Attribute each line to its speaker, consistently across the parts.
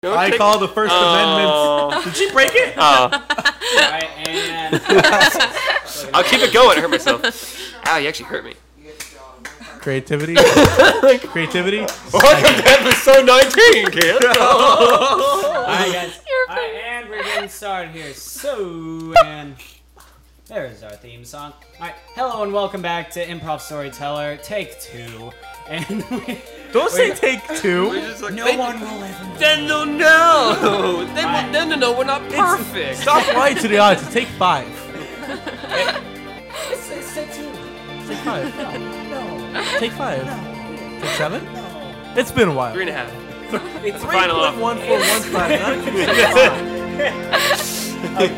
Speaker 1: Go
Speaker 2: I
Speaker 1: take-
Speaker 2: call the First Amendment. Did she break it?
Speaker 1: Oh,
Speaker 3: Alright, and
Speaker 1: I'll keep it going. I hurt myself. Ow, you actually hurt me.
Speaker 2: Creativity. Creativity.
Speaker 1: Welcome to episode 19, kid.
Speaker 3: alright guys.
Speaker 4: You're
Speaker 3: Alright,
Speaker 4: fine.
Speaker 3: and we're getting started here. So and there's our theme song. Alright, hello and welcome back to Improv Storyteller, take two. And we,
Speaker 2: Don't say take two.
Speaker 3: no one will ever know.
Speaker 1: Then they'll know. They will, then they'll know we're not perfect.
Speaker 2: Stop lying to the audience. Take five.
Speaker 3: It's, it's take two.
Speaker 2: Take five.
Speaker 3: No, no,
Speaker 2: Take five.
Speaker 3: no,
Speaker 2: Take seven.
Speaker 3: no.
Speaker 2: It's been a while.
Speaker 1: Three and a half.
Speaker 3: It's
Speaker 1: Final off.
Speaker 2: One for one five. Not a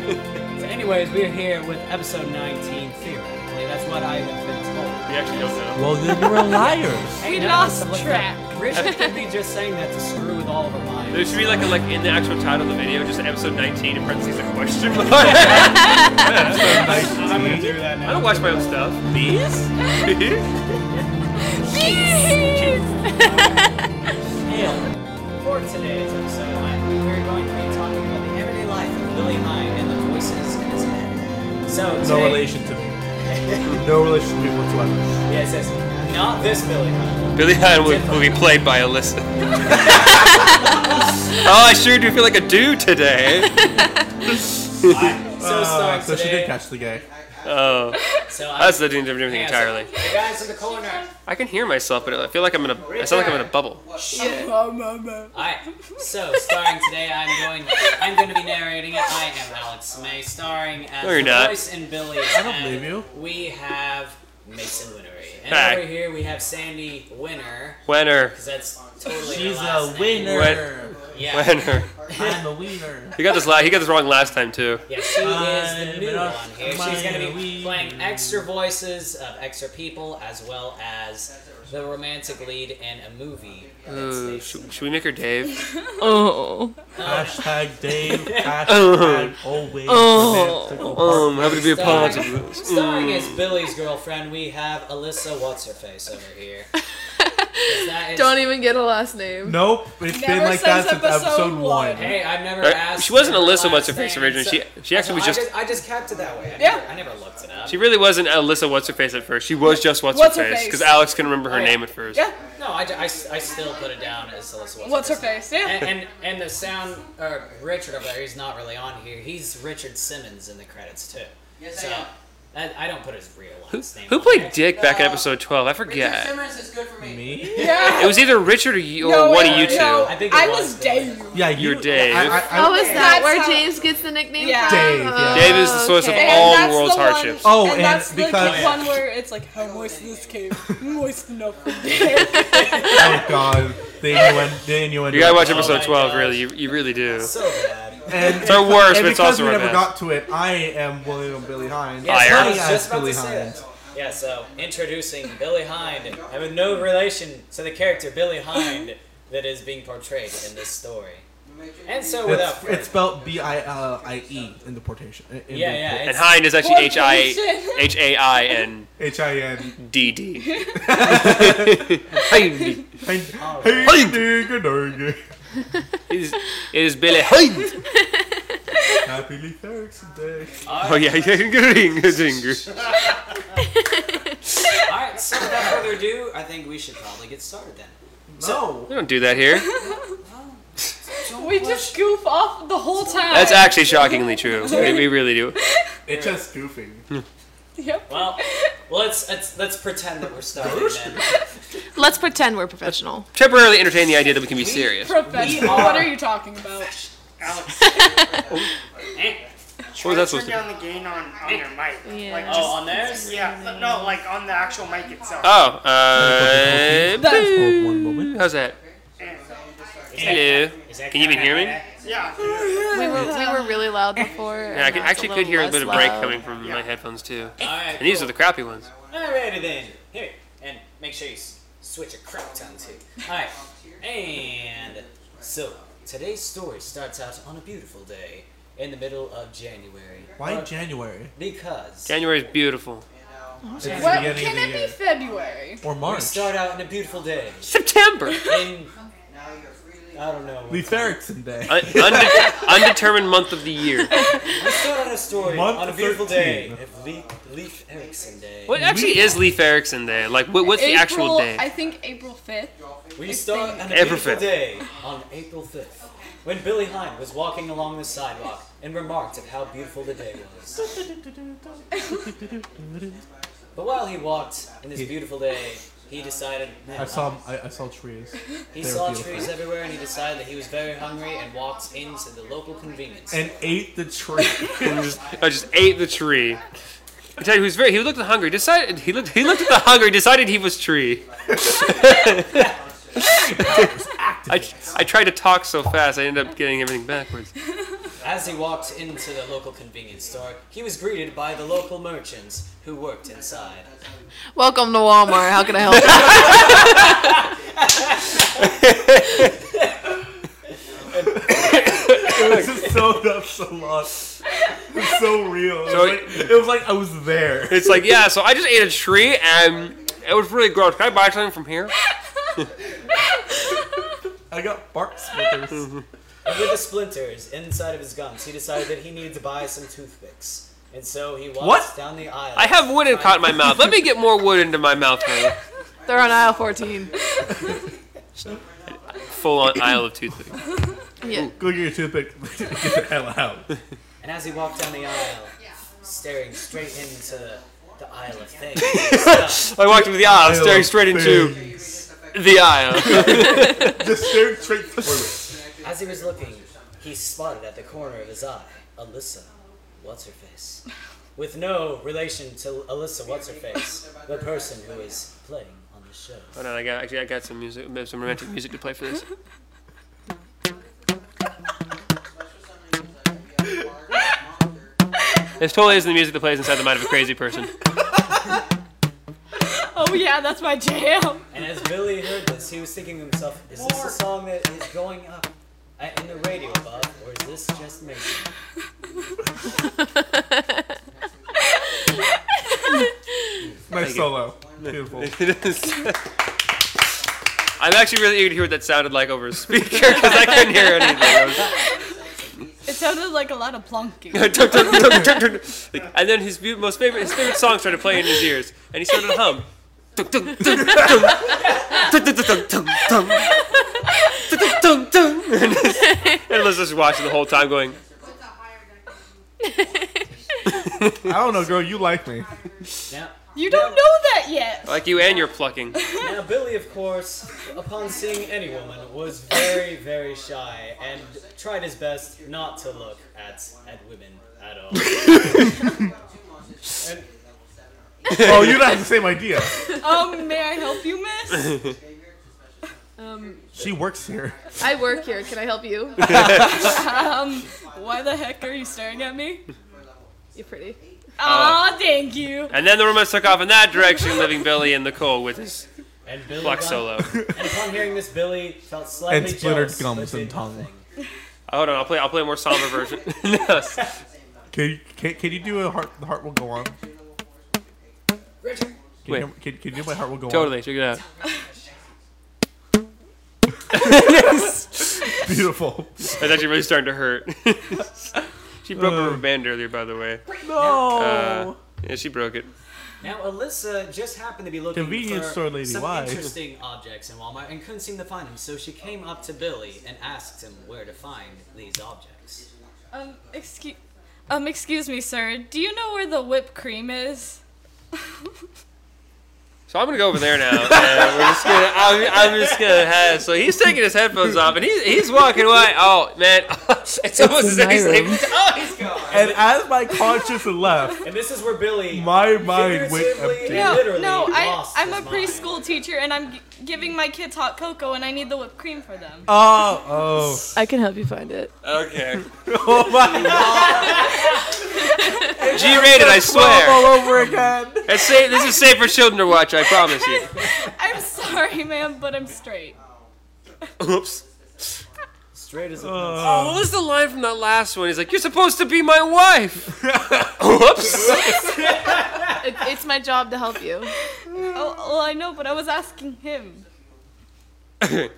Speaker 3: So anyways, we're here with episode 19 theoretically. That's what I've been told.
Speaker 1: We actually don't know.
Speaker 2: Well, then you were liars.
Speaker 4: We
Speaker 3: Hey, no,
Speaker 4: lost
Speaker 3: so look at that.
Speaker 4: track.
Speaker 3: Rich could be just saying that to screw with all of our minds.
Speaker 1: There should be like a, like in the actual title of the video, just episode 19 in parentheses a question mark. I
Speaker 3: I'm gonna do that now.
Speaker 1: don't watch my own stuff.
Speaker 2: These?
Speaker 3: Hail. For today's episode, I- we're going to be talking about the everyday life of Lily Hine and the voices in his head. So today,
Speaker 2: No relation to me. No relation to me whatsoever.
Speaker 3: Yes, yes. Not this Billy Hine.
Speaker 1: Billy Hyde will, will be played by Alyssa. oh, I sure do feel like a dude today.
Speaker 3: I- so
Speaker 2: Uh,
Speaker 3: start
Speaker 2: so she
Speaker 3: today.
Speaker 2: did catch the gay.
Speaker 1: Oh,
Speaker 3: So I,
Speaker 1: that's the doing everything
Speaker 3: yeah, so-
Speaker 1: entirely.
Speaker 3: Hey, guys, look at the corner.
Speaker 1: I can hear myself, but I feel like I'm in a. I sound like I'm in a bubble.
Speaker 3: Alright, so starring today, I'm going. I'm going to be narrating it. I am Alex May, starring as
Speaker 1: No, you're
Speaker 3: the
Speaker 1: not.
Speaker 3: voice in Billy.
Speaker 2: I don't believe you.
Speaker 3: We have Mason Winery, and
Speaker 1: Hi.
Speaker 3: over here we have Sandy Winner,
Speaker 1: Winner,
Speaker 3: because that's totally. her
Speaker 2: She's a
Speaker 3: last name.
Speaker 2: winner.
Speaker 3: Yeah.
Speaker 1: winner.
Speaker 2: I'm a wiener.
Speaker 1: He got this. La- he got this wrong last time too.
Speaker 3: Yeah, she is
Speaker 2: I'm
Speaker 3: the new
Speaker 2: an
Speaker 3: one
Speaker 2: off-
Speaker 3: here. She's going to
Speaker 2: my
Speaker 3: be playing extra voices of extra people as well as the romantic lead in a movie.
Speaker 1: Uh,
Speaker 3: that's
Speaker 1: Ooh,
Speaker 3: based-
Speaker 1: should, should we make her Dave?
Speaker 4: Oh.
Speaker 2: Hashtag Dave. Hashtag always.
Speaker 4: Oh.
Speaker 2: romantical
Speaker 1: Um, happy to be a part of
Speaker 3: Starring,
Speaker 1: this.
Speaker 3: starring as Billy's girlfriend, we have Alyssa What's Her Face over here. 'Cause that is-
Speaker 1: e-
Speaker 4: Don't even get a last name.
Speaker 2: Nope, it's
Speaker 4: Never
Speaker 2: been like that
Speaker 4: since
Speaker 2: since episode
Speaker 4: episode
Speaker 2: one.
Speaker 3: Hey, I've never
Speaker 1: Uh,
Speaker 3: asked.
Speaker 1: she wasn't
Speaker 3: her
Speaker 1: Alyssa
Speaker 3: last
Speaker 1: What's Her Face
Speaker 3: name,
Speaker 1: originally.
Speaker 3: so-
Speaker 1: She she actually was
Speaker 3: I
Speaker 1: just.
Speaker 3: I just kept it that way. I
Speaker 4: Yeah.
Speaker 3: Never, I never looked it up.
Speaker 1: She really wasn't Alyssa What's Her Face at first. She was just What's,
Speaker 4: What's
Speaker 1: Her
Speaker 4: Her
Speaker 1: Face
Speaker 4: Face.
Speaker 1: because Alex couldn't remember her
Speaker 3: Oh, yeah.
Speaker 1: name at first.
Speaker 4: Yeah.
Speaker 3: No, I, ju- I s- I still put it down as Alyssa What's,
Speaker 4: What's her
Speaker 3: now.
Speaker 4: face? Yeah.
Speaker 3: And, and and the sound or Richard over there, he's not really on here. He's Richard Simmons in the credits too. Yes, so, I am. I don't put his real
Speaker 1: Who,
Speaker 3: last name.
Speaker 1: who
Speaker 3: on
Speaker 1: played
Speaker 3: there.
Speaker 1: Dick back in episode twelve? I forget.
Speaker 5: Simmons is good for me.
Speaker 2: Me?
Speaker 4: Yeah.
Speaker 1: It was either Richard or, you, or
Speaker 4: No,
Speaker 1: one
Speaker 4: it-
Speaker 1: of you two.
Speaker 4: no,
Speaker 3: I
Speaker 4: I,
Speaker 3: think it was
Speaker 4: was Dave.
Speaker 2: Yeah, you,
Speaker 1: You're Dave.
Speaker 2: I, I, I,
Speaker 4: Oh, is that
Speaker 5: That's
Speaker 4: where
Speaker 5: how-
Speaker 4: James gets the nickname
Speaker 5: Yeah.
Speaker 4: from?
Speaker 2: Dave, yeah.
Speaker 1: Dave is the
Speaker 4: Oh,
Speaker 1: source of
Speaker 4: okay.
Speaker 1: all-
Speaker 4: And
Speaker 1: the world's hardships.
Speaker 2: Oh, and
Speaker 5: and that's
Speaker 2: because-
Speaker 5: the one where it's like how moist is this cave, moist enough for
Speaker 2: oh god, the innuendo. The innuendo.
Speaker 1: You gotta watch
Speaker 3: Oh
Speaker 1: episode
Speaker 3: my
Speaker 1: twelve,
Speaker 3: gosh.
Speaker 1: really. You, you really do.
Speaker 3: So bad.
Speaker 2: And,
Speaker 1: It's our worst,
Speaker 2: and
Speaker 1: but it's
Speaker 2: because
Speaker 1: also
Speaker 2: we
Speaker 1: our best.
Speaker 2: never got to it, I am William Billy Hines.
Speaker 3: Yes,
Speaker 1: Liar.
Speaker 3: I was
Speaker 2: Hi,
Speaker 3: just
Speaker 2: I'm
Speaker 3: about
Speaker 2: Billy
Speaker 3: to say
Speaker 2: Hines.
Speaker 3: that. Yeah, so introducing Billy Hind, having no relation to the character Billy Hind that is being portrayed in this story. And so without
Speaker 2: It's,
Speaker 3: further
Speaker 2: it's spelled B I L I E in the portation. In
Speaker 3: Yeah, yeah,
Speaker 1: And
Speaker 3: it's-
Speaker 1: Hind is actually H I
Speaker 5: Fornication.
Speaker 1: H A I N
Speaker 2: H I N.
Speaker 1: D D. Hind.
Speaker 3: Oh,
Speaker 2: Hey,
Speaker 1: Hind.
Speaker 2: digga, digga.
Speaker 1: It is, it is Billy Hind.
Speaker 2: Happily Thursday.
Speaker 1: Oh yeah, yeah, ring, ring.
Speaker 3: All right, so without further ado, I think we should probably get started then.
Speaker 2: So,
Speaker 1: We don't do that here.
Speaker 4: We just goof off the whole time.
Speaker 1: That's actually shockingly true. We, we really do.
Speaker 2: it's just goofing.
Speaker 4: Yep.
Speaker 3: Well, let's let's, let's pretend that we're starting then.
Speaker 4: Let's pretend we're professional.
Speaker 1: Temporarily entertain the idea that we can be serious. What
Speaker 4: Professional. What are you talking about?
Speaker 6: Alex,
Speaker 1: was that
Speaker 6: turn
Speaker 1: supposed to be?
Speaker 6: down the gain on, on your mic.
Speaker 4: Yeah.
Speaker 6: Like, just,
Speaker 3: Oh, on theirs?
Speaker 6: yeah, but no, like on the actual mic itself.
Speaker 1: Oh, uh,
Speaker 4: That's-
Speaker 2: Hold one moment.
Speaker 1: how's that? Hello. Can you even hear me?
Speaker 6: Yeah.
Speaker 4: We were, we were really loud before.
Speaker 1: Yeah, I can, actually could hear a bit of break coming from my headphones too.
Speaker 3: All right.
Speaker 1: And these are the crappy ones.
Speaker 3: Alrighty then. Here, and make sure you s- switch your crap tongue too. Alright, and so today's story starts out on a beautiful day in the middle of January.
Speaker 2: Why
Speaker 3: But
Speaker 2: January?
Speaker 3: Because
Speaker 1: January is beautiful.
Speaker 2: It's the
Speaker 4: What,
Speaker 2: beginning of
Speaker 4: can
Speaker 2: the
Speaker 4: it be
Speaker 2: year.
Speaker 4: February?
Speaker 2: Or
Speaker 3: we
Speaker 2: March.
Speaker 3: start out in a beautiful day
Speaker 1: September.
Speaker 3: in I don't know.
Speaker 7: Leif Erikson Day.
Speaker 1: Un- unde- undetermined month of the year.
Speaker 3: We start on a story
Speaker 7: Month
Speaker 3: on a beautiful
Speaker 7: 13.
Speaker 3: day of Leaf, Leaf Erikson Day.
Speaker 1: What actually is Leif Erikson Day? Like, what, what's the actual
Speaker 5: April,
Speaker 1: day?
Speaker 5: I think April 5th.
Speaker 3: We start on a
Speaker 1: April
Speaker 3: beautiful
Speaker 1: 5th.
Speaker 3: day on April 5th when Billy Hine was walking along the sidewalk and remarked of how beautiful the day was. but while he walked in this beautiful day, he decided, man,
Speaker 7: I saw I, I saw trees. they
Speaker 3: he
Speaker 7: were
Speaker 3: saw
Speaker 7: beautiful.
Speaker 3: trees everywhere and he decided that he was very hungry and walked into the local convenience.
Speaker 7: And ate the tree.
Speaker 1: I just, I just ate the tree. I tell you, he was very. He looked hungry. Decided he looked. He looked at the hungry. Decided he was tree. I, I tried to talk so fast. I ended up getting everything backwards.
Speaker 3: As he walked into the local convenience store, he was greeted by the local merchants who worked inside.
Speaker 4: Welcome to Walmart. How can I help you?
Speaker 7: this is so that's a lot. It's so real.
Speaker 1: So-
Speaker 7: it, was like, it was like I was there.
Speaker 1: It's like yeah. So I just ate a tree and it was really gross. Can I buy something from here?
Speaker 7: I got bark splinters.
Speaker 3: And with the splinters inside of his gums, he decided that he needed to buy some toothpicks. And so he walked
Speaker 1: What?
Speaker 3: down the aisle.
Speaker 1: I have wood and caught in my mouth. Let me get more wood into my mouth. Honey.
Speaker 4: They're on aisle 14.
Speaker 1: Full on aisle of toothpick.
Speaker 4: Yeah.
Speaker 7: Go get your toothpick. get the hell out.
Speaker 3: And as he walked down the aisle, staring straight into the aisle of things,
Speaker 1: I walked into the aisle, staring straight into
Speaker 7: Things.
Speaker 1: the aisle.
Speaker 7: Just staring straight forward.
Speaker 3: as he was looking, he spotted at the corner of his eye Alyssa, what's her face? With no relation to Alyssa, what's her face, the person who is playing on the show.
Speaker 1: Hold on, Oh, I got actually I got some music, some romantic music to play for this. This totally isn't the music that plays inside the mind of a crazy person.
Speaker 5: Oh, yeah, that's my jam.
Speaker 3: And as Billy heard this, he was thinking to himself, is this a song that is going up at- in the radio above, or is this just me?
Speaker 7: Nice solo. Beautiful.
Speaker 1: I'm actually really eager to hear what that sounded like over a speaker because I couldn't hear anything. I was-
Speaker 5: It sounded like a lot of plunking.
Speaker 1: Tuk, tuk, tuk, tuk, tuk. Like, and then his mu- most favorite his favorite song started playing in his ears, and he started to hum. Tuk, tuk, tuk, tuk. Tuk, tuk, tuk, tuk, tuk, tuk. Tuk, tuk, tuk, tuk. And it's- and Liz just watching the whole time, going,
Speaker 7: I don't know, girl. You like me.
Speaker 3: Now,
Speaker 5: You don't know that yet.
Speaker 1: like you and your plucking.
Speaker 3: now Billy, of course, upon seeing any woman, was very, very shy and tried his best not to look at at women at all. and
Speaker 7: Oh, you don't have the same idea.
Speaker 5: Um, may I help you, miss?
Speaker 4: Um,
Speaker 7: She works here.
Speaker 4: I work here. Can I help you?
Speaker 5: Um, why the heck are you staring at me?
Speaker 4: You're pretty.
Speaker 5: Aw, thank you.
Speaker 1: And then the romance took off in that direction, leaving Billy in the cold with his
Speaker 3: and Billy,
Speaker 1: pluck
Speaker 3: got-
Speaker 1: solo. Uh,
Speaker 3: and upon hearing this, Billy felt slightly
Speaker 7: And splintered
Speaker 3: jealous,
Speaker 7: gums
Speaker 3: but
Speaker 7: and
Speaker 3: did
Speaker 7: tongue.
Speaker 3: nothing.
Speaker 1: Oh, hold on, I'll play. I'll play a more somber version.
Speaker 7: Can you, can, can you do a heart? The heart will go on. Can,
Speaker 3: Richard,
Speaker 1: Wait.
Speaker 7: You, can, can you do my heart will go
Speaker 1: totally, check it out.
Speaker 7: on? Beautiful.
Speaker 1: That's actually really starting to hurt. she broke her band earlier, by the way.
Speaker 7: No.
Speaker 1: Uh, yeah, she broke it.
Speaker 3: Now, Alyssa just happened to be looking
Speaker 7: Convenience
Speaker 3: for
Speaker 7: store lady,
Speaker 3: some
Speaker 7: why?
Speaker 3: interesting objects in Walmart and couldn't seem to find them, so she came up to Billy and asked him where to find these objects.
Speaker 5: Um, excuse, um, excuse me, sir. Do you know where the whipped cream is?
Speaker 1: So I'm gonna go over there now. And we're just gonna, I'm, I'm just gonna have. So he's taking his headphones off and he's he's walking away. Oh man, it's almost as if he's like, oh, he's gone.
Speaker 7: and as my conscience left,
Speaker 3: And this is where Billy
Speaker 7: my mind went
Speaker 3: Figuratively,
Speaker 7: empty.
Speaker 3: yeah.
Speaker 5: No,
Speaker 3: literally
Speaker 5: no. I,
Speaker 3: lost
Speaker 5: I'm
Speaker 3: his
Speaker 5: a
Speaker 3: mind.
Speaker 5: preschool teacher, and I'm g- giving my kids hot cocoa, and I need the whipped cream for them.
Speaker 7: Oh, oh.
Speaker 4: I can help you find it.
Speaker 1: Okay.
Speaker 7: Oh my god.
Speaker 1: G-rated, I
Speaker 7: All
Speaker 1: swear.
Speaker 7: over again.
Speaker 1: It's safe. This is safe for children to watch. I promise you.
Speaker 5: I'm sorry, ma'am, but I'm straight.
Speaker 1: Oops.
Speaker 3: straight as a
Speaker 7: Uh,
Speaker 1: Oh, what was the line from that last one? He's like, "You're supposed to be my wife." Oops.
Speaker 4: It, it's my job to help you.
Speaker 5: Oh, well, I know, but I was asking him.
Speaker 4: But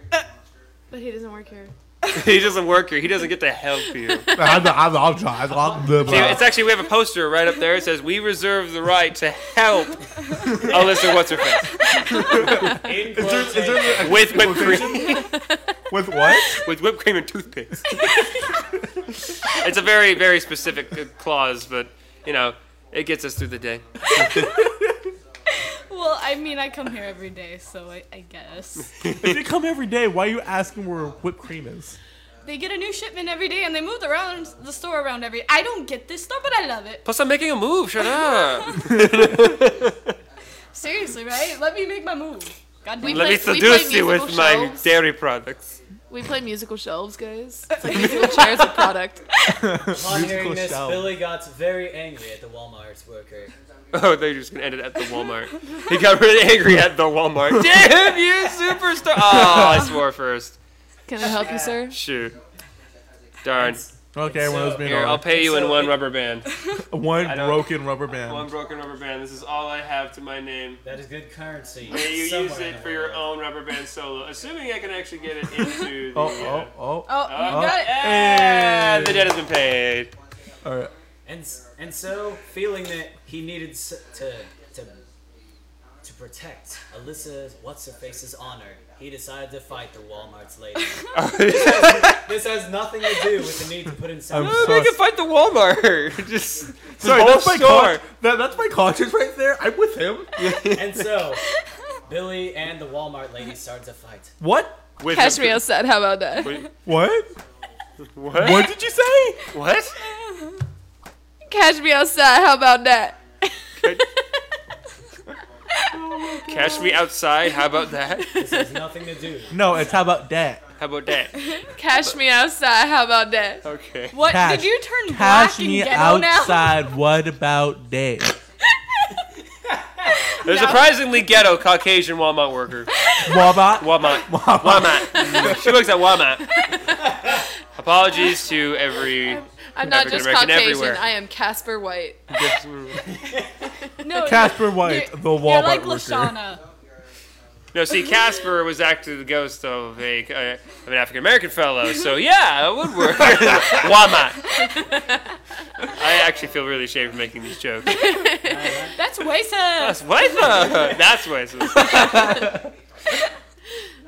Speaker 4: he doesn't work here.
Speaker 1: he doesn't work here. He doesn't get to help you.
Speaker 7: I, I, I'll try. I'll live.
Speaker 1: See, it's actually we have a poster right up there. It says, "We reserve the right to help." Oh, listen, what's her face
Speaker 3: In
Speaker 7: Is there, is there a-
Speaker 1: with whipped cream,
Speaker 7: with what?
Speaker 1: with whipped cream and toothpaste. it's a very, very specific uh, clause, but you know, it gets us through the day.
Speaker 5: Well, I mean, I come here every day, so I, I guess.
Speaker 2: If they come every day, why are you asking where whipped cream is?
Speaker 5: They get a new shipment every day, and they move around the store around every. I don't get this store, but I love it.
Speaker 1: Plus, I'm making a move. Shut up.
Speaker 5: Seriously, right? Let me make my move. God
Speaker 4: We
Speaker 5: damn.
Speaker 1: Let
Speaker 4: play-
Speaker 1: me
Speaker 4: we play
Speaker 1: seduce you with
Speaker 4: musical
Speaker 1: my
Speaker 4: shelves.
Speaker 1: dairy products.
Speaker 4: We play musical shelves, guys. It's like musical chairs with product.
Speaker 3: Upon hearing
Speaker 7: Musical
Speaker 3: this,
Speaker 7: shout.
Speaker 3: Billy got very angry at the Walmart worker.
Speaker 1: Oh, they're just gonna end it at the Walmart. He got really angry at the Walmart. Damn you, superstar! Oh, I swore first.
Speaker 4: Can I help you, sir?
Speaker 1: Shoot. Darn.
Speaker 2: Okay, one of those being
Speaker 1: uh, Here, I'll
Speaker 2: on.
Speaker 1: pay you in
Speaker 3: So
Speaker 1: one
Speaker 3: it-
Speaker 1: rubber band.
Speaker 2: one
Speaker 1: I don't-
Speaker 2: broken rubber band.
Speaker 1: One broken rubber band. This is all I have to my name.
Speaker 3: That is good currency.
Speaker 1: May you
Speaker 3: Somewhere
Speaker 1: use
Speaker 3: in
Speaker 1: it
Speaker 3: the
Speaker 1: for your
Speaker 3: world.
Speaker 1: own rubber band solo, assuming I can actually get it into the.
Speaker 7: Oh,
Speaker 1: uh,
Speaker 7: oh, oh.
Speaker 5: Oh, you
Speaker 1: Oh.
Speaker 5: got it.
Speaker 1: And the debt has been paid.
Speaker 7: All right.
Speaker 3: And s- and so, feeling that he needed s- to to to protect Alyssa what's her face's honor, he decided to fight the Walmart's lady. this has nothing to do with the need to put in
Speaker 7: I'm
Speaker 3: sacrifice.
Speaker 1: I
Speaker 7: sorry.
Speaker 1: can fight the Walmart. just
Speaker 7: Sorry,
Speaker 1: whole
Speaker 7: that's my, con-
Speaker 1: store.
Speaker 7: that, that's my conscience right there. I'm with him.
Speaker 3: And so, Billy and the Walmart lady started to fight.
Speaker 7: What?
Speaker 1: with
Speaker 4: Cashmere said, how about that?
Speaker 7: What?
Speaker 1: What?
Speaker 7: What did you say?
Speaker 1: What?
Speaker 4: Catch me outside. How about that?
Speaker 1: Cash me outside. How about that?
Speaker 3: This has nothing to do.
Speaker 2: No, it's how about that?
Speaker 1: How about that?
Speaker 4: Catch me outside. How about that?
Speaker 1: Okay.
Speaker 5: What
Speaker 2: Cash.
Speaker 5: did you turn
Speaker 2: Cash
Speaker 5: black and
Speaker 2: me
Speaker 5: ghetto now?
Speaker 2: outside. What about that?
Speaker 1: They're surprisingly ghetto Caucasian Walmart worker.
Speaker 2: Wabba.
Speaker 1: Walmart. Walmart. she works at Walmart. Apologies to every.
Speaker 4: I'm not
Speaker 1: African
Speaker 4: just
Speaker 1: American
Speaker 4: Caucasian.
Speaker 1: everywhere.
Speaker 4: I am Casper White.
Speaker 5: No,
Speaker 2: Casper White,
Speaker 5: you're-
Speaker 2: the
Speaker 5: You're
Speaker 2: Walmart
Speaker 5: like
Speaker 2: worker.
Speaker 5: Lashana.
Speaker 1: No, see, Casper was actually the ghost of a uh, of an African American fellow. So yeah, it would work. Walmart. I actually feel really ashamed for making these jokes.
Speaker 5: That's Wesa.
Speaker 1: That's what? the- That's racist.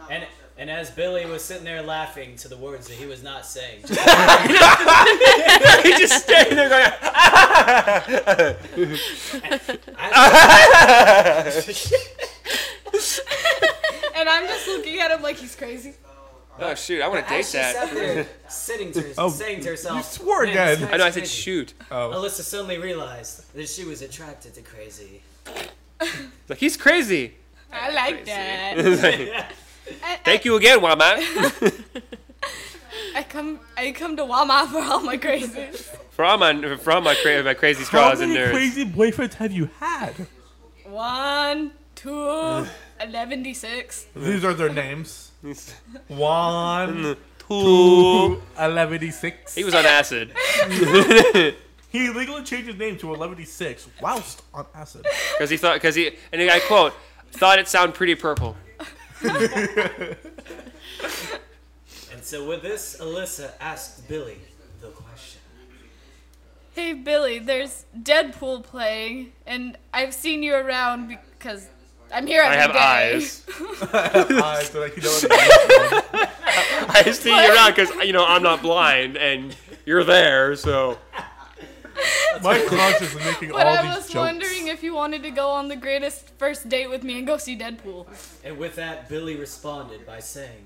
Speaker 3: And and as Billy was sitting there laughing to the words that he was not saying,
Speaker 1: He just standing there going.
Speaker 5: and I'm just looking at him like he's crazy.
Speaker 1: Oh shoot! I want to
Speaker 3: as
Speaker 1: date
Speaker 3: she sat
Speaker 1: that.
Speaker 3: there sitting to,
Speaker 2: Oh,
Speaker 3: saying to herself,
Speaker 7: You swore
Speaker 3: "Man, this
Speaker 7: again.
Speaker 3: guy's
Speaker 1: I know. I said
Speaker 3: crazy."
Speaker 1: shoot.
Speaker 3: Alyssa suddenly realized that she was attracted to crazy.
Speaker 1: Like he's crazy.
Speaker 5: I like that. I-
Speaker 1: Thank you again, Walmart,
Speaker 5: I come I come to Walmart for all my crazies.
Speaker 1: for all my for all my, cra- my crazy
Speaker 2: How
Speaker 1: straws and
Speaker 2: many
Speaker 1: nerds.
Speaker 2: crazy boyfriends have you had?
Speaker 5: One, two, eleven D six.
Speaker 7: These are their names. One,
Speaker 1: Two.
Speaker 7: two, eleven, six.
Speaker 1: Mm. He was on acid.
Speaker 2: He legally changed his name to eleven six whilst on acid.
Speaker 1: Because he thought, because he, and I quote, thought it sounded pretty purple.
Speaker 3: And so with this, Alyssa asked Billy the question.
Speaker 5: Hey Billy, there's Deadpool playing, and I've seen you around because I'm here
Speaker 1: I
Speaker 5: every
Speaker 1: have
Speaker 5: day.
Speaker 1: eyes.
Speaker 7: I feel like you know what
Speaker 1: I see you around because, you know, I'm not blind and you're there, so.
Speaker 7: My conscience is making
Speaker 5: But
Speaker 7: all
Speaker 5: I
Speaker 7: these
Speaker 5: was
Speaker 7: jokes.
Speaker 5: wondering if you wanted to go on the greatest first date with me and go see Deadpool.
Speaker 3: And with that, Billy responded by saying,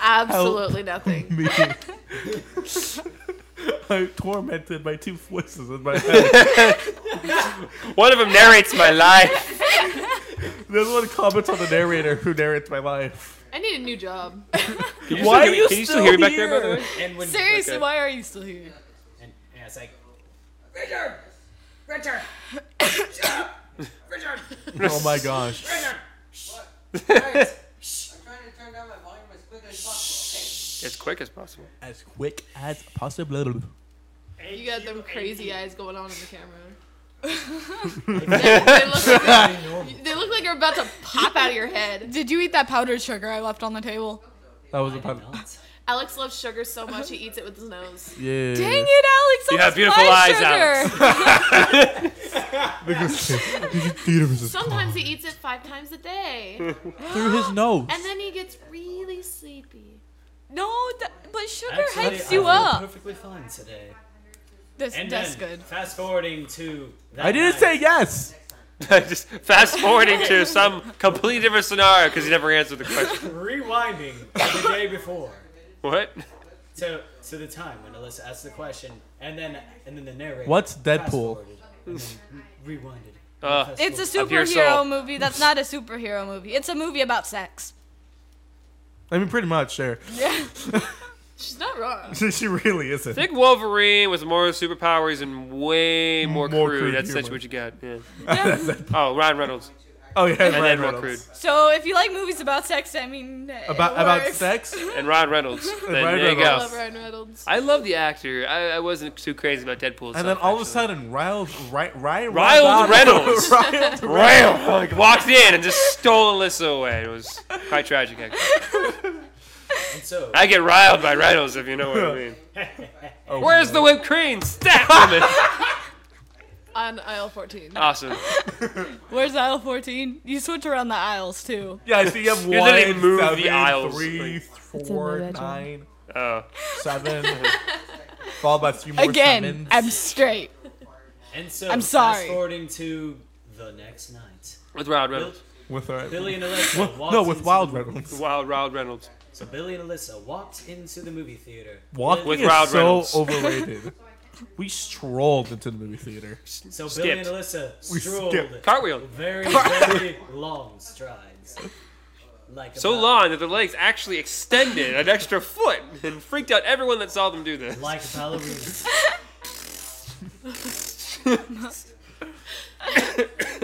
Speaker 4: Absolutely nothing.
Speaker 2: Me. I'm tormented by two voices in my head.
Speaker 1: One of them narrates my life.
Speaker 2: There's one comments on the narrator who narrates my life.
Speaker 4: I need a new job.
Speaker 1: Can you still
Speaker 2: Why are
Speaker 1: hear me-
Speaker 2: you
Speaker 1: Can you still
Speaker 2: still
Speaker 1: hear me back there, by the
Speaker 2: here?
Speaker 1: way?
Speaker 3: and when
Speaker 5: Seriously,
Speaker 1: Okay.
Speaker 5: why are you still here?
Speaker 3: and, and it's like,
Speaker 6: Richard! Richard! Richard!
Speaker 2: Oh my gosh.
Speaker 6: Richard!
Speaker 1: As quick as possible.
Speaker 2: As quick as possible.
Speaker 4: You got them crazy eyes going on in the camera. They look, like they're, they look like they're about to pop out of your head.
Speaker 5: Did you eat that powdered sugar I left on the table?
Speaker 2: That was a pun.
Speaker 4: Alex loves sugar so much he eats it with his nose.
Speaker 2: Yeah.
Speaker 5: Dang it, Alex! I
Speaker 1: You have
Speaker 5: was
Speaker 1: beautiful
Speaker 5: my
Speaker 1: eyes,
Speaker 5: sugar.
Speaker 1: Alex.
Speaker 4: Sometimes he eats it five times a day, and
Speaker 2: Through his nose.
Speaker 4: then he gets really sleepy.
Speaker 5: No, that, but sugar
Speaker 3: Actually,
Speaker 5: hypes
Speaker 3: I
Speaker 5: you
Speaker 3: feel
Speaker 5: up.
Speaker 3: perfectly fine today.
Speaker 5: That's,
Speaker 3: And
Speaker 5: that's
Speaker 3: then,
Speaker 5: good.
Speaker 3: fast forwarding to that
Speaker 2: I didn't
Speaker 3: night.
Speaker 2: say yes.
Speaker 1: Just fast forwarding to some completely different scenario because he never answered the question.
Speaker 3: Rewinding to the day before
Speaker 1: What?
Speaker 3: to to the time when Alyssa asked the question, and then and then the narrator.
Speaker 2: What's Deadpool?
Speaker 3: fast-forwarded, and then Rewinded.
Speaker 1: Uh,
Speaker 5: It's a
Speaker 1: Of your soul.
Speaker 5: superhero movie. That's not a superhero movie. It's a movie about sex.
Speaker 2: I mean, pretty much, sure.
Speaker 4: She's not wrong.
Speaker 2: she really isn't.
Speaker 1: I think Wolverine with more superpowers and way more,
Speaker 2: More
Speaker 1: crude.
Speaker 2: crude
Speaker 1: That's
Speaker 2: humor.
Speaker 1: essentially what you got. Yeah. oh, Ryan Reynolds.
Speaker 2: Oh yeah,
Speaker 1: And
Speaker 2: Ryan
Speaker 1: then more crude.
Speaker 2: Reynolds.
Speaker 5: So if you like movies about sex, I mean, it
Speaker 2: About about
Speaker 5: works.
Speaker 2: sex.
Speaker 1: And Ryan Reynolds. Then
Speaker 2: Ryan
Speaker 1: there you
Speaker 4: I
Speaker 1: go.
Speaker 4: love Ryan Reynolds.
Speaker 1: I love the actor. I, I wasn't too crazy about Deadpool.
Speaker 2: And then all of a sudden, Riles, Ry, Ryan
Speaker 1: Riles Reynolds.
Speaker 2: Riles
Speaker 1: Ram! Like, walked in and just stole Alyssa away. It was quite tragic, actually.
Speaker 3: And so
Speaker 1: I get riled by Reynolds, if you know what I mean.
Speaker 2: Oh,
Speaker 1: Where's the whipped cream? Stat woman!
Speaker 4: On aisle 14.
Speaker 1: awesome.
Speaker 5: Where's aisle 14? You switch around the aisles too.
Speaker 2: Yeah, I see you have
Speaker 1: You
Speaker 2: one,
Speaker 1: literally moved the
Speaker 2: seven,
Speaker 1: aisles,
Speaker 2: three, four, nine,
Speaker 1: Oh.
Speaker 2: seven, followed by three more
Speaker 5: Again,
Speaker 2: sevens.
Speaker 5: I'm straight.
Speaker 3: and so
Speaker 5: I'm sorry.
Speaker 3: Fast forwarding to the next night.
Speaker 1: With Wild
Speaker 3: Bill,
Speaker 1: Reynolds.
Speaker 2: with our,
Speaker 3: Billy and Alyssa walked
Speaker 2: no, with
Speaker 3: into
Speaker 2: Wild
Speaker 3: the-
Speaker 2: Reynolds.
Speaker 1: Wild, Wild Reynolds.
Speaker 3: So Billy and Alyssa walked into the movie theater.
Speaker 2: Walking
Speaker 1: With
Speaker 2: is
Speaker 1: Wild
Speaker 2: so
Speaker 1: Reynolds.
Speaker 2: overrated. we strolled into the movie theater.
Speaker 3: So Billy
Speaker 1: Skipped.
Speaker 3: and Alyssa
Speaker 2: We
Speaker 3: strolled
Speaker 2: skipped.
Speaker 1: Cartwheel.
Speaker 3: very very long strides. Like
Speaker 1: So
Speaker 3: about-
Speaker 1: long that their legs actually extended an extra foot and freaked out everyone that saw them do this.
Speaker 3: Like ballerinas.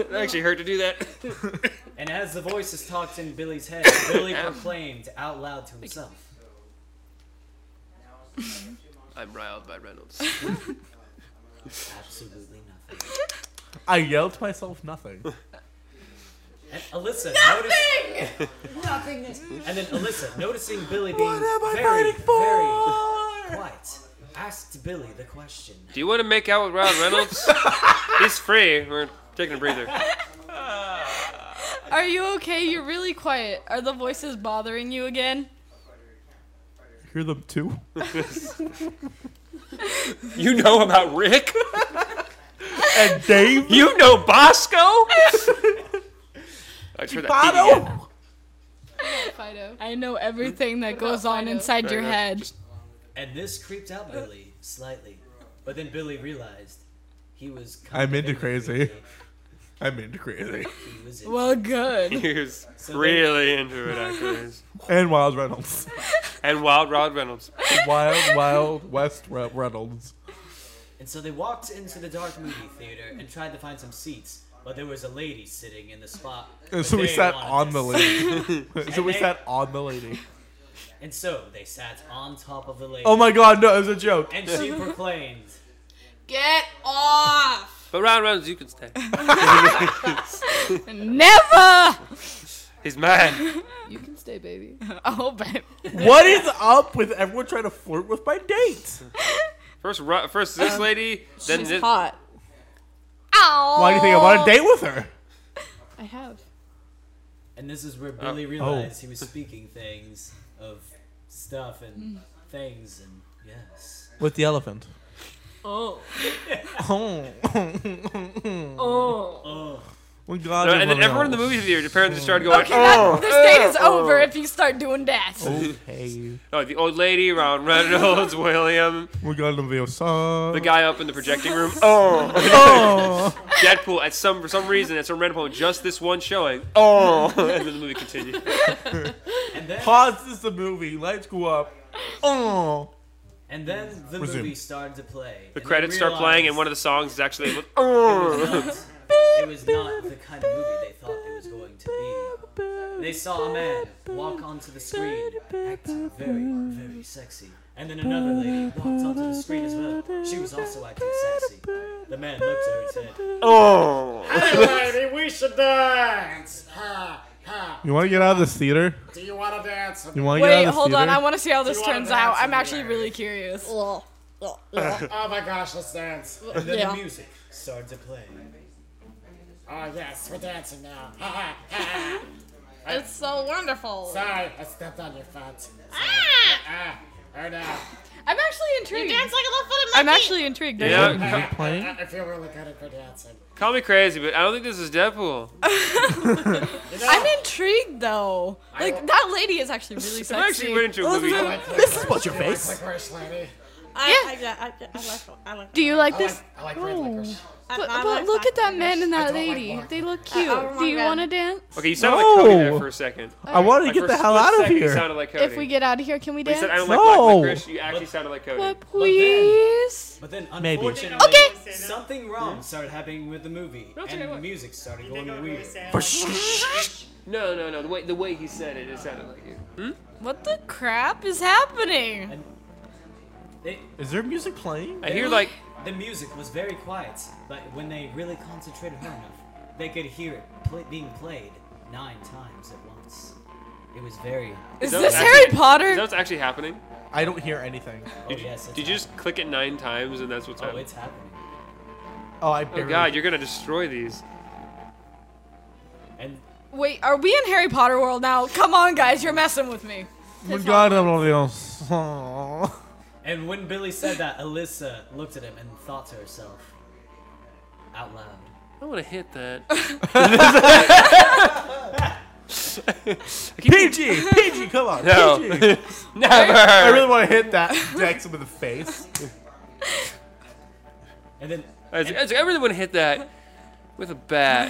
Speaker 1: It actually hurt to do that.
Speaker 3: And as the voices talked in Billy's head, Billy proclaimed out loud to himself.
Speaker 1: I'm riled by Reynolds.
Speaker 3: Absolutely nothing.
Speaker 2: I yelled to myself nothing.
Speaker 3: And Alyssa
Speaker 6: Nothingness.
Speaker 3: noticed, and then Alyssa noticing Billy being
Speaker 2: am I
Speaker 3: very,
Speaker 2: fighting
Speaker 3: very quiet, asked Billy the question.
Speaker 1: Do you want to make out with Wild Reynolds? He's free. We're taking a breather.
Speaker 5: Are you okay? You're really quiet. Are the voices bothering you again?
Speaker 2: Hear them too?
Speaker 1: You know about Rick?
Speaker 2: And Dave?
Speaker 1: You know Bosco? I tried that. beat again.
Speaker 2: Otto?
Speaker 4: Fido.
Speaker 5: I know everything that
Speaker 4: about
Speaker 5: goes on
Speaker 4: Fido?
Speaker 5: inside your
Speaker 1: enough.
Speaker 5: head.
Speaker 3: And this creeped out Billy slightly, but then Billy realized he was. kind
Speaker 2: I'm
Speaker 3: of
Speaker 2: into crazy. I'm into crazy.
Speaker 3: He was in-
Speaker 5: Well, good.
Speaker 1: He was
Speaker 3: So they-
Speaker 1: really into it, actually.
Speaker 2: And Wild Reynolds.
Speaker 1: And Wild Rod Reynolds.
Speaker 2: Wild, Wild West Re- Reynolds.
Speaker 3: And so they walked into the dark movie theater and tried to find some seats, but there was a lady sitting in the spot.
Speaker 2: And
Speaker 3: that
Speaker 2: so we
Speaker 3: they
Speaker 2: sat
Speaker 3: wanted
Speaker 2: on
Speaker 3: to
Speaker 2: the
Speaker 3: sit.
Speaker 2: lady. so we
Speaker 3: they-
Speaker 2: sat on the lady.
Speaker 3: And so they sat on top of the lady.
Speaker 2: Oh my god, no, it was a joke.
Speaker 3: And she proclaimed,
Speaker 4: Get off!
Speaker 1: But Rod Reynolds, you can stay.
Speaker 5: Never.
Speaker 1: He's mad.
Speaker 4: You can stay, baby.
Speaker 5: Oh, babe.
Speaker 2: What is up with everyone trying to flirt with my date?
Speaker 1: First, Ro- first this lady, then
Speaker 4: She's
Speaker 1: this.
Speaker 4: hot.
Speaker 5: Ow.
Speaker 2: Why do you think I want to date with her?
Speaker 4: I have.
Speaker 3: and this is where
Speaker 2: Uh,
Speaker 3: Billy
Speaker 2: oh.
Speaker 3: realized he was speaking things of stuff and things and yes.
Speaker 2: With the elephant.
Speaker 4: Oh.
Speaker 2: Oh.
Speaker 4: Oh.
Speaker 3: Oh,
Speaker 2: my god.
Speaker 1: No, and then
Speaker 2: Reynolds.
Speaker 1: everyone in the movie theater apparently started going,
Speaker 5: Okay, that, this date is over if you start doing that.
Speaker 2: Okay.
Speaker 1: oh, the old lady, Ron Reynolds, William,
Speaker 2: We're gonna be a song.
Speaker 1: the guy up in the projecting room. Oh,
Speaker 2: Oh.
Speaker 1: Deadpool, at some, for some reason, at some random point, just this one showing. Oh, and then the movie continued.
Speaker 3: and then
Speaker 2: Pause this the movie. Lights go up. Oh.
Speaker 3: and then the
Speaker 2: Resume.
Speaker 3: movie started to play.
Speaker 1: The credits start playing, and one of the songs is actually. Oh.
Speaker 3: It was not the kind of movie they thought it was going to be. They saw a man walk onto the screen, acting very, very sexy. And then another lady walked onto the screen as well. She was also acting sexy. The man looked at her and said,
Speaker 1: Oh.
Speaker 3: Hey, lady, we should dance! Ha, ha.
Speaker 2: You want to get out of this theater?
Speaker 3: Do you want to dance?
Speaker 2: You want to get out
Speaker 5: Wait,
Speaker 2: of this
Speaker 5: hold
Speaker 2: theater?
Speaker 5: on. I want to see how this
Speaker 3: you wanna
Speaker 5: turns out.
Speaker 3: dance
Speaker 5: I'm actually
Speaker 3: anywhere?
Speaker 5: really curious.
Speaker 3: Oh my gosh, let's dance. And then
Speaker 4: Yeah.
Speaker 3: the music started to play. Oh yes, we're dancing now. Ha, ha, ha.
Speaker 4: It's so wonderful.
Speaker 3: Sorry, I stepped on your foot.
Speaker 4: Ah!
Speaker 3: Ah, right now.
Speaker 5: I'm actually intrigued.
Speaker 4: You dance like a little-footed monkey.
Speaker 5: I'm actually intrigued.
Speaker 1: Yeah.
Speaker 2: Is it playing?
Speaker 1: uh,
Speaker 3: I feel really good at for dancing.
Speaker 1: Call me crazy, but I don't think this is Deadpool.
Speaker 5: I'm intrigued though. Like that lady is actually really
Speaker 1: I'm actually
Speaker 5: sexy.
Speaker 1: went into a movie.
Speaker 2: This is what's your
Speaker 3: I like licorice, lady.
Speaker 8: I, yeah. I, I, I like, I like,
Speaker 5: Do you like
Speaker 3: I like,
Speaker 5: this?
Speaker 3: I like red
Speaker 4: Oh.
Speaker 3: licorice.
Speaker 8: I,
Speaker 5: But,
Speaker 8: I
Speaker 5: but
Speaker 8: like
Speaker 5: look at that man and that
Speaker 3: don't like
Speaker 5: lady.
Speaker 3: black
Speaker 5: They look
Speaker 8: I- I
Speaker 5: cute. Do you
Speaker 8: remember.
Speaker 5: want to dance?
Speaker 1: Okay, you sounded like Cody there
Speaker 2: No.
Speaker 1: for a second.
Speaker 2: I want to
Speaker 1: Like,
Speaker 2: get
Speaker 1: for
Speaker 2: the
Speaker 1: a
Speaker 2: hell
Speaker 1: split
Speaker 2: out of
Speaker 1: second, You
Speaker 2: here.
Speaker 1: sounded like Cody.
Speaker 5: If we get out of here, can we
Speaker 1: When you
Speaker 5: dance?
Speaker 1: said I don't like black
Speaker 2: No.
Speaker 1: licorice, you actually sounded like Cody.
Speaker 5: But please.
Speaker 3: But then,
Speaker 2: Maybe.
Speaker 3: unfortunately,
Speaker 5: Okay.
Speaker 3: something wrong started happening with the movie,
Speaker 1: tell you
Speaker 3: and the
Speaker 1: what.
Speaker 3: music started going weird.
Speaker 1: No, no, no. The way the way he said it, it sounded like you.
Speaker 5: What the crap is happening?
Speaker 3: It,
Speaker 2: Is there music playing?
Speaker 1: I hear like
Speaker 3: the music was very quiet, but when they really concentrated hard enough, they could hear it pl- being played nine times at once. It was very.
Speaker 5: Is
Speaker 1: that
Speaker 5: this
Speaker 1: what-
Speaker 5: Harry
Speaker 1: is that
Speaker 5: Potter?
Speaker 1: what's actually happening?
Speaker 2: I don't hear anything.
Speaker 3: Oh,
Speaker 1: Did you,
Speaker 3: yes, it's
Speaker 1: did you just click it nine times and that's what's
Speaker 3: happening. Oh,
Speaker 1: happening?
Speaker 3: it's happening.
Speaker 2: Oh, I
Speaker 1: Oh
Speaker 2: barely.
Speaker 1: god, you're gonna destroy these.
Speaker 3: And
Speaker 5: Wait, are we in Harry Potter world now? Come on, guys, you're messing with me.
Speaker 2: Oh my God, I'm all Dios. Oh.
Speaker 3: and when Billy said that, Alyssa looked at him and thought to herself, out loud.
Speaker 1: I want to hit that. I keep
Speaker 2: PG, PG, come on,
Speaker 1: No.
Speaker 2: PG. I
Speaker 1: Never.
Speaker 2: really want to hit that Dex in the face.
Speaker 3: And then
Speaker 1: I, was- I was- I really want to hit that with a bat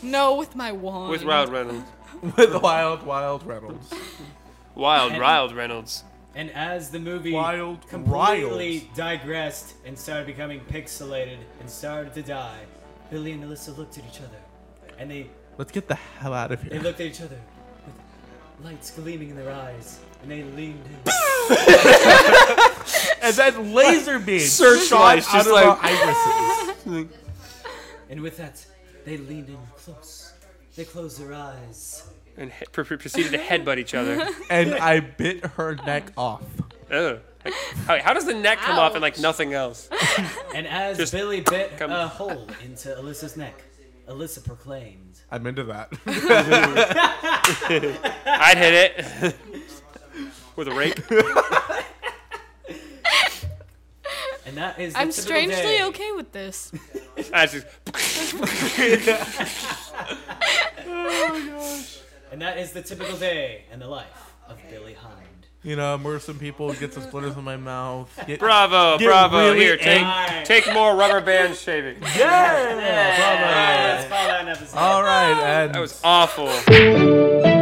Speaker 5: No, with my wand.
Speaker 1: with Wild Reynolds.
Speaker 2: with Wild Wild Reynolds.
Speaker 1: Wild Wild Reynolds.
Speaker 3: And as the movie
Speaker 2: Wild
Speaker 3: completely
Speaker 2: Riles.
Speaker 3: digressed and started becoming pixelated and started to die, Billy and Alyssa looked at each other. And they,
Speaker 2: Let's get the hell out of
Speaker 3: they
Speaker 2: here.
Speaker 3: looked at each other with lights gleaming in their eyes. And they leaned in.
Speaker 2: And then laser beam
Speaker 1: Searchlights,
Speaker 2: shot
Speaker 1: just
Speaker 2: out of
Speaker 1: like-
Speaker 2: our irises.
Speaker 3: and with that, they leaned in close. They closed their eyes.
Speaker 1: And he- pr- pr- proceeded to headbutt each other.
Speaker 2: and I bit her neck off.
Speaker 1: Ugh. Like, how, how does the neck come off and like nothing else?
Speaker 3: And as
Speaker 1: Just
Speaker 3: Billy bit
Speaker 1: come-
Speaker 3: a hole into Alyssa's neck, Alyssa proclaimed,
Speaker 2: I'm into that.
Speaker 1: I'd hit it with a rake.
Speaker 3: and that is the
Speaker 5: I'm
Speaker 3: typical
Speaker 5: strangely
Speaker 3: day.
Speaker 5: okay with this.
Speaker 1: I just,
Speaker 3: And that is the typical day in the life of Billy Hind.
Speaker 2: you know, murder some people, get some splinters in my mouth. Get,
Speaker 1: bravo,
Speaker 2: Get
Speaker 1: bravo.
Speaker 2: really
Speaker 1: Here, take
Speaker 3: ang-
Speaker 1: take more rubber band shaving.
Speaker 2: yeah!
Speaker 3: Alright, let's follow an episode.
Speaker 2: All right, and
Speaker 1: That was awful.